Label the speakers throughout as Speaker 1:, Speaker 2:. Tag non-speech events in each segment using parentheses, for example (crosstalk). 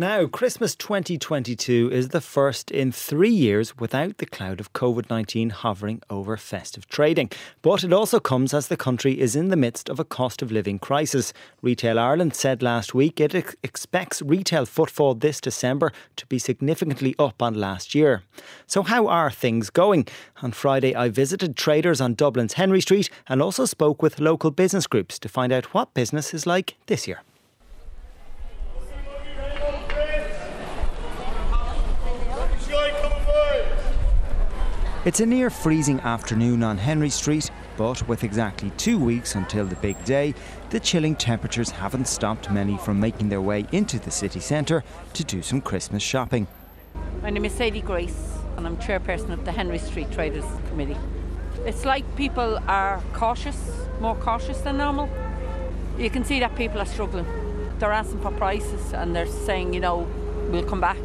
Speaker 1: Now, Christmas 2022 is the first in three years without the cloud of COVID 19 hovering over festive trading. But it also comes as the country is in the midst of a cost of living crisis. Retail Ireland said last week it ex- expects retail footfall this December to be significantly up on last year. So, how are things going? On Friday, I visited traders on Dublin's Henry Street and also spoke with local business groups to find out what business is like this year. It's a near freezing afternoon on Henry Street, but with exactly two weeks until the big day, the chilling temperatures haven't stopped many from making their way into the city centre to do some Christmas shopping.
Speaker 2: My name is Sadie Grace, and I'm chairperson of the Henry Street Traders Committee. It's like people are cautious, more cautious than normal. You can see that people are struggling. They're asking for prices and they're saying, you know, we'll come back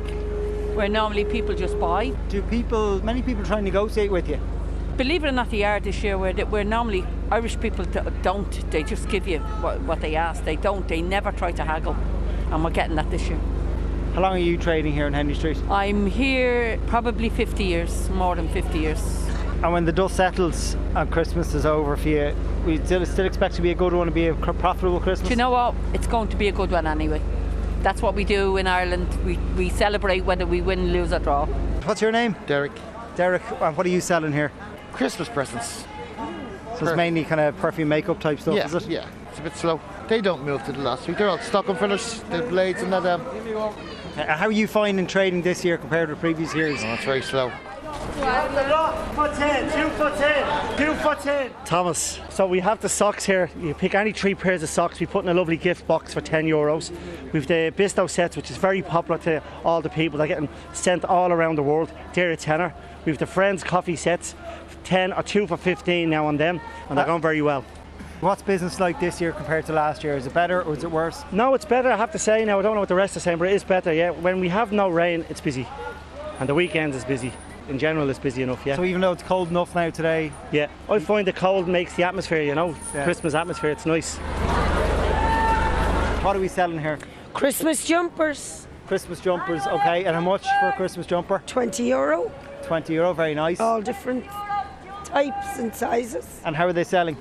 Speaker 2: where normally people just buy.
Speaker 1: Do people, many people try and negotiate with you?
Speaker 2: Believe it or not, the yard this year where, where normally Irish people don't, they just give you what, what they ask. They don't, they never try to haggle. And we're getting that this year.
Speaker 1: How long are you trading here in Henry Street?
Speaker 2: I'm here probably 50 years, more than 50 years.
Speaker 1: And when the dust settles and Christmas is over for you, we still, still expect to be a good one, to be a profitable Christmas?
Speaker 2: Do you know what? It's going to be a good one anyway that's what we do in Ireland. We, we celebrate whether we win, lose, or draw.
Speaker 1: What's your name?
Speaker 3: Derek.
Speaker 1: Derek, what are you selling here?
Speaker 3: Christmas presents.
Speaker 1: So Perfect. it's mainly kind of perfume, makeup type stuff,
Speaker 3: yeah,
Speaker 1: is it?
Speaker 3: Yeah, it's a bit slow. They don't move to the last week. They're all stocking fillers, the blades, and that. Um...
Speaker 1: How are you finding trading this year compared to previous years?
Speaker 3: Oh, it's very slow.
Speaker 4: Thomas, so we have the socks here. You pick any three pairs of socks, we put in a lovely gift box for 10 euros. We've the Bisto sets, which is very popular to all the people. They're getting sent all around the world. They're a tenner. We've the Friends coffee sets, 10 or 2 for 15 now and then, and they're going very well.
Speaker 1: What's business like this year compared to last year? Is it better or is it worse?
Speaker 4: No, it's better, I have to say. Now, I don't know what the rest are saying, but it is better, yeah. When we have no rain, it's busy, and the weekends is busy in general it's busy enough, yeah.
Speaker 1: So even though it's cold enough now today?
Speaker 4: Yeah, I find the cold makes the atmosphere, you know, yeah. Christmas atmosphere, it's nice.
Speaker 1: What are we selling here?
Speaker 5: Christmas jumpers.
Speaker 1: Christmas jumpers, okay. And how much for a Christmas jumper?
Speaker 5: 20 euro.
Speaker 1: 20 euro, very nice.
Speaker 6: Oh.
Speaker 5: All different types and sizes.
Speaker 1: And how are they selling?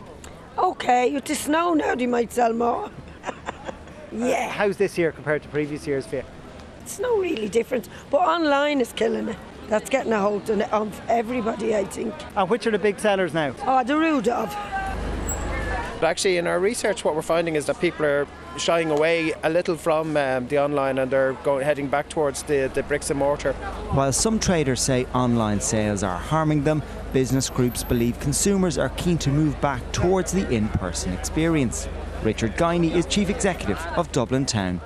Speaker 5: Okay, with the snow now they might sell more. (laughs) yeah. Uh,
Speaker 1: how's this year compared to previous years for you?
Speaker 5: It's no really different, but online is killing it. That's getting a hold on everybody, I think.
Speaker 1: And which are the big sellers now?
Speaker 5: Oh, the Rudolph.
Speaker 7: But actually, in our research, what we're finding is that people are shying away a little from um, the online and they're going, heading back towards the, the bricks and mortar.
Speaker 1: While some traders say online sales are harming them, business groups believe consumers are keen to move back towards the in person experience. Richard Guiney is chief executive of Dublin Town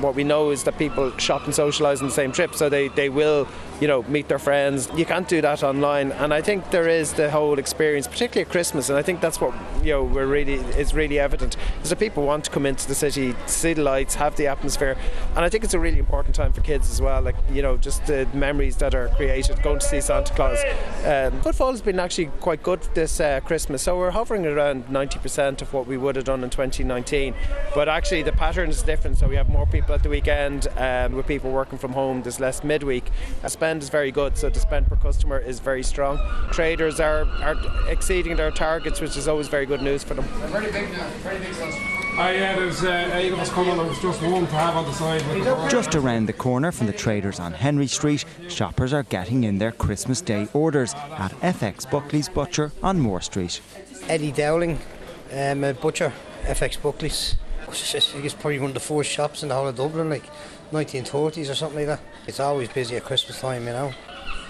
Speaker 7: what we know is that people shop and socialise on the same trip, so they, they will, you know, meet their friends. You can't do that online, and I think there is the whole experience, particularly at Christmas, and I think that's what you know we're really is really evident is that people want to come into the city, see the lights, have the atmosphere, and I think it's a really important time for kids as well. Like you know, just the memories that are created, going to see Santa Claus. Um, footfall has been actually quite good this uh, Christmas, so we're hovering around 90% of what we would have done in 2019, but actually the pattern is different, so we have more people at the weekend um, with people working from home there's less midweek a spend is very good so the spend per customer is very strong traders are, are exceeding their targets which is always very good news for them
Speaker 8: pretty big now pretty big ones Oh Uh, yeah, there's uh, eight of us coming. There was just one to have on the side. The
Speaker 1: just around the corner from the traders on Henry Street, shoppers are getting in their Christmas Day orders at FX Buckley's Butcher on Moore Street.
Speaker 6: Eddie Dowling, um, butcher, FX Buckley's it's probably one of the first shops in the whole of Dublin, like 1940s or something like that. It's always busy at Christmas time, you know.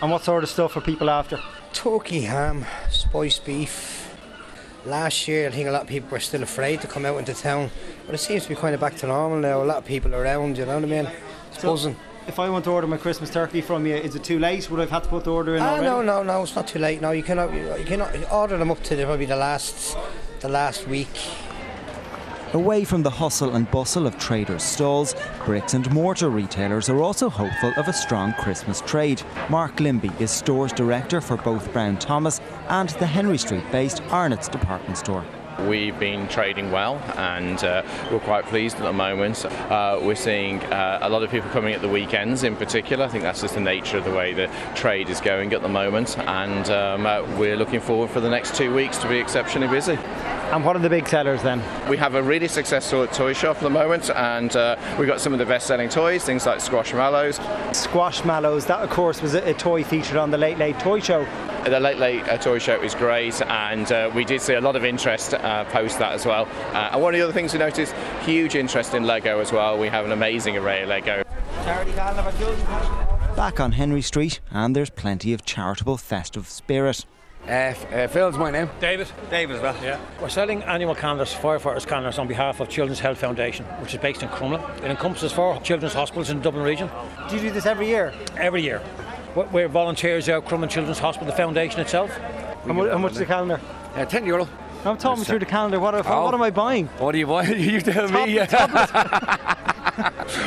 Speaker 1: And what sort of stuff are people after?
Speaker 6: Turkey ham, spiced beef. Last year, I think a lot of people were still afraid to come out into town, but it seems to be kind of back to normal now. A lot of people around, you know what I mean? It's so buzzing.
Speaker 1: If I want to order my Christmas turkey from you, is it too late? Would I have had to put the order in?
Speaker 6: Ah, no, no, no, it's not too late. No, you cannot, you cannot order them up to the, probably the last, the last week.
Speaker 1: Away from the hustle and bustle of traders' stalls, bricks and mortar retailers are also hopeful of a strong Christmas trade. Mark Limby is stores director for both Brown Thomas and the Henry Street based Arnott's department store.
Speaker 7: We've been trading well and uh, we're quite pleased at the moment. Uh, we're seeing uh, a lot of people coming at the weekends in particular. I think that's just the nature of the way the trade is going at the moment. And um, uh, we're looking forward for the next two weeks to be exceptionally busy.
Speaker 1: And what are the big sellers then?
Speaker 7: We have a really successful toy shop at the moment, and uh, we've got some of the best selling toys, things like Squashmallows.
Speaker 1: Squash Mallows, that of course was a, a toy featured on the Late Late Toy Show.
Speaker 7: The Late Late uh, Toy Show is great, and uh, we did see a lot of interest uh, post that as well. Uh, and one of the other things we noticed huge interest in Lego as well. We have an amazing array of Lego.
Speaker 1: Back on Henry Street, and there's plenty of charitable festive spirit.
Speaker 9: Uh, F- uh, Phil's my name.
Speaker 4: David.
Speaker 9: Dave as well. Yeah.
Speaker 4: We're selling animal candles, firefighters candles, on behalf of Children's Health Foundation, which is based in Crumlin. It encompasses four children's hospitals in the Dublin region
Speaker 1: Do you do this every year?
Speaker 4: every year. We're- We're volunteers out Crumlin Children's Hospital, the foundation itself.
Speaker 1: How, mu- how much is the calendar?
Speaker 9: Uh, 10 euro.
Speaker 1: I'm talking through the calendar. What,
Speaker 9: Oh.
Speaker 1: what am I buying?
Speaker 9: What do you want? (laughs) you tell me. (laughs)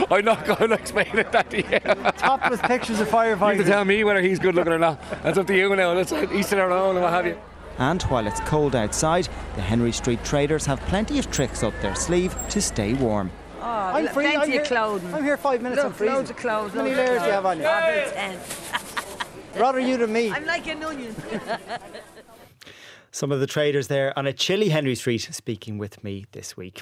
Speaker 9: I'm not going to explain it that year.
Speaker 1: Topless pictures of
Speaker 9: You can
Speaker 1: firefighters.
Speaker 9: tell me whether he's good looking or not. That's up to you now. That's he's to their own and what have you.
Speaker 1: And while it's cold outside, the Henry Street traders have plenty of tricks up their sleeve to stay warm. I'm free.
Speaker 2: plenty
Speaker 1: I'm
Speaker 2: of
Speaker 1: here,
Speaker 2: clothing.
Speaker 1: I'm here five minutes. I'm
Speaker 2: Look,
Speaker 1: freezing.
Speaker 2: loads of clothes.
Speaker 1: How many
Speaker 2: loads of
Speaker 1: layers do you have on
Speaker 2: clothes.
Speaker 1: you?
Speaker 2: About ten.
Speaker 1: Rather you than me.
Speaker 2: I'm like an onion.
Speaker 1: Some of the traders there on a chilly Henry Street speaking with me this week.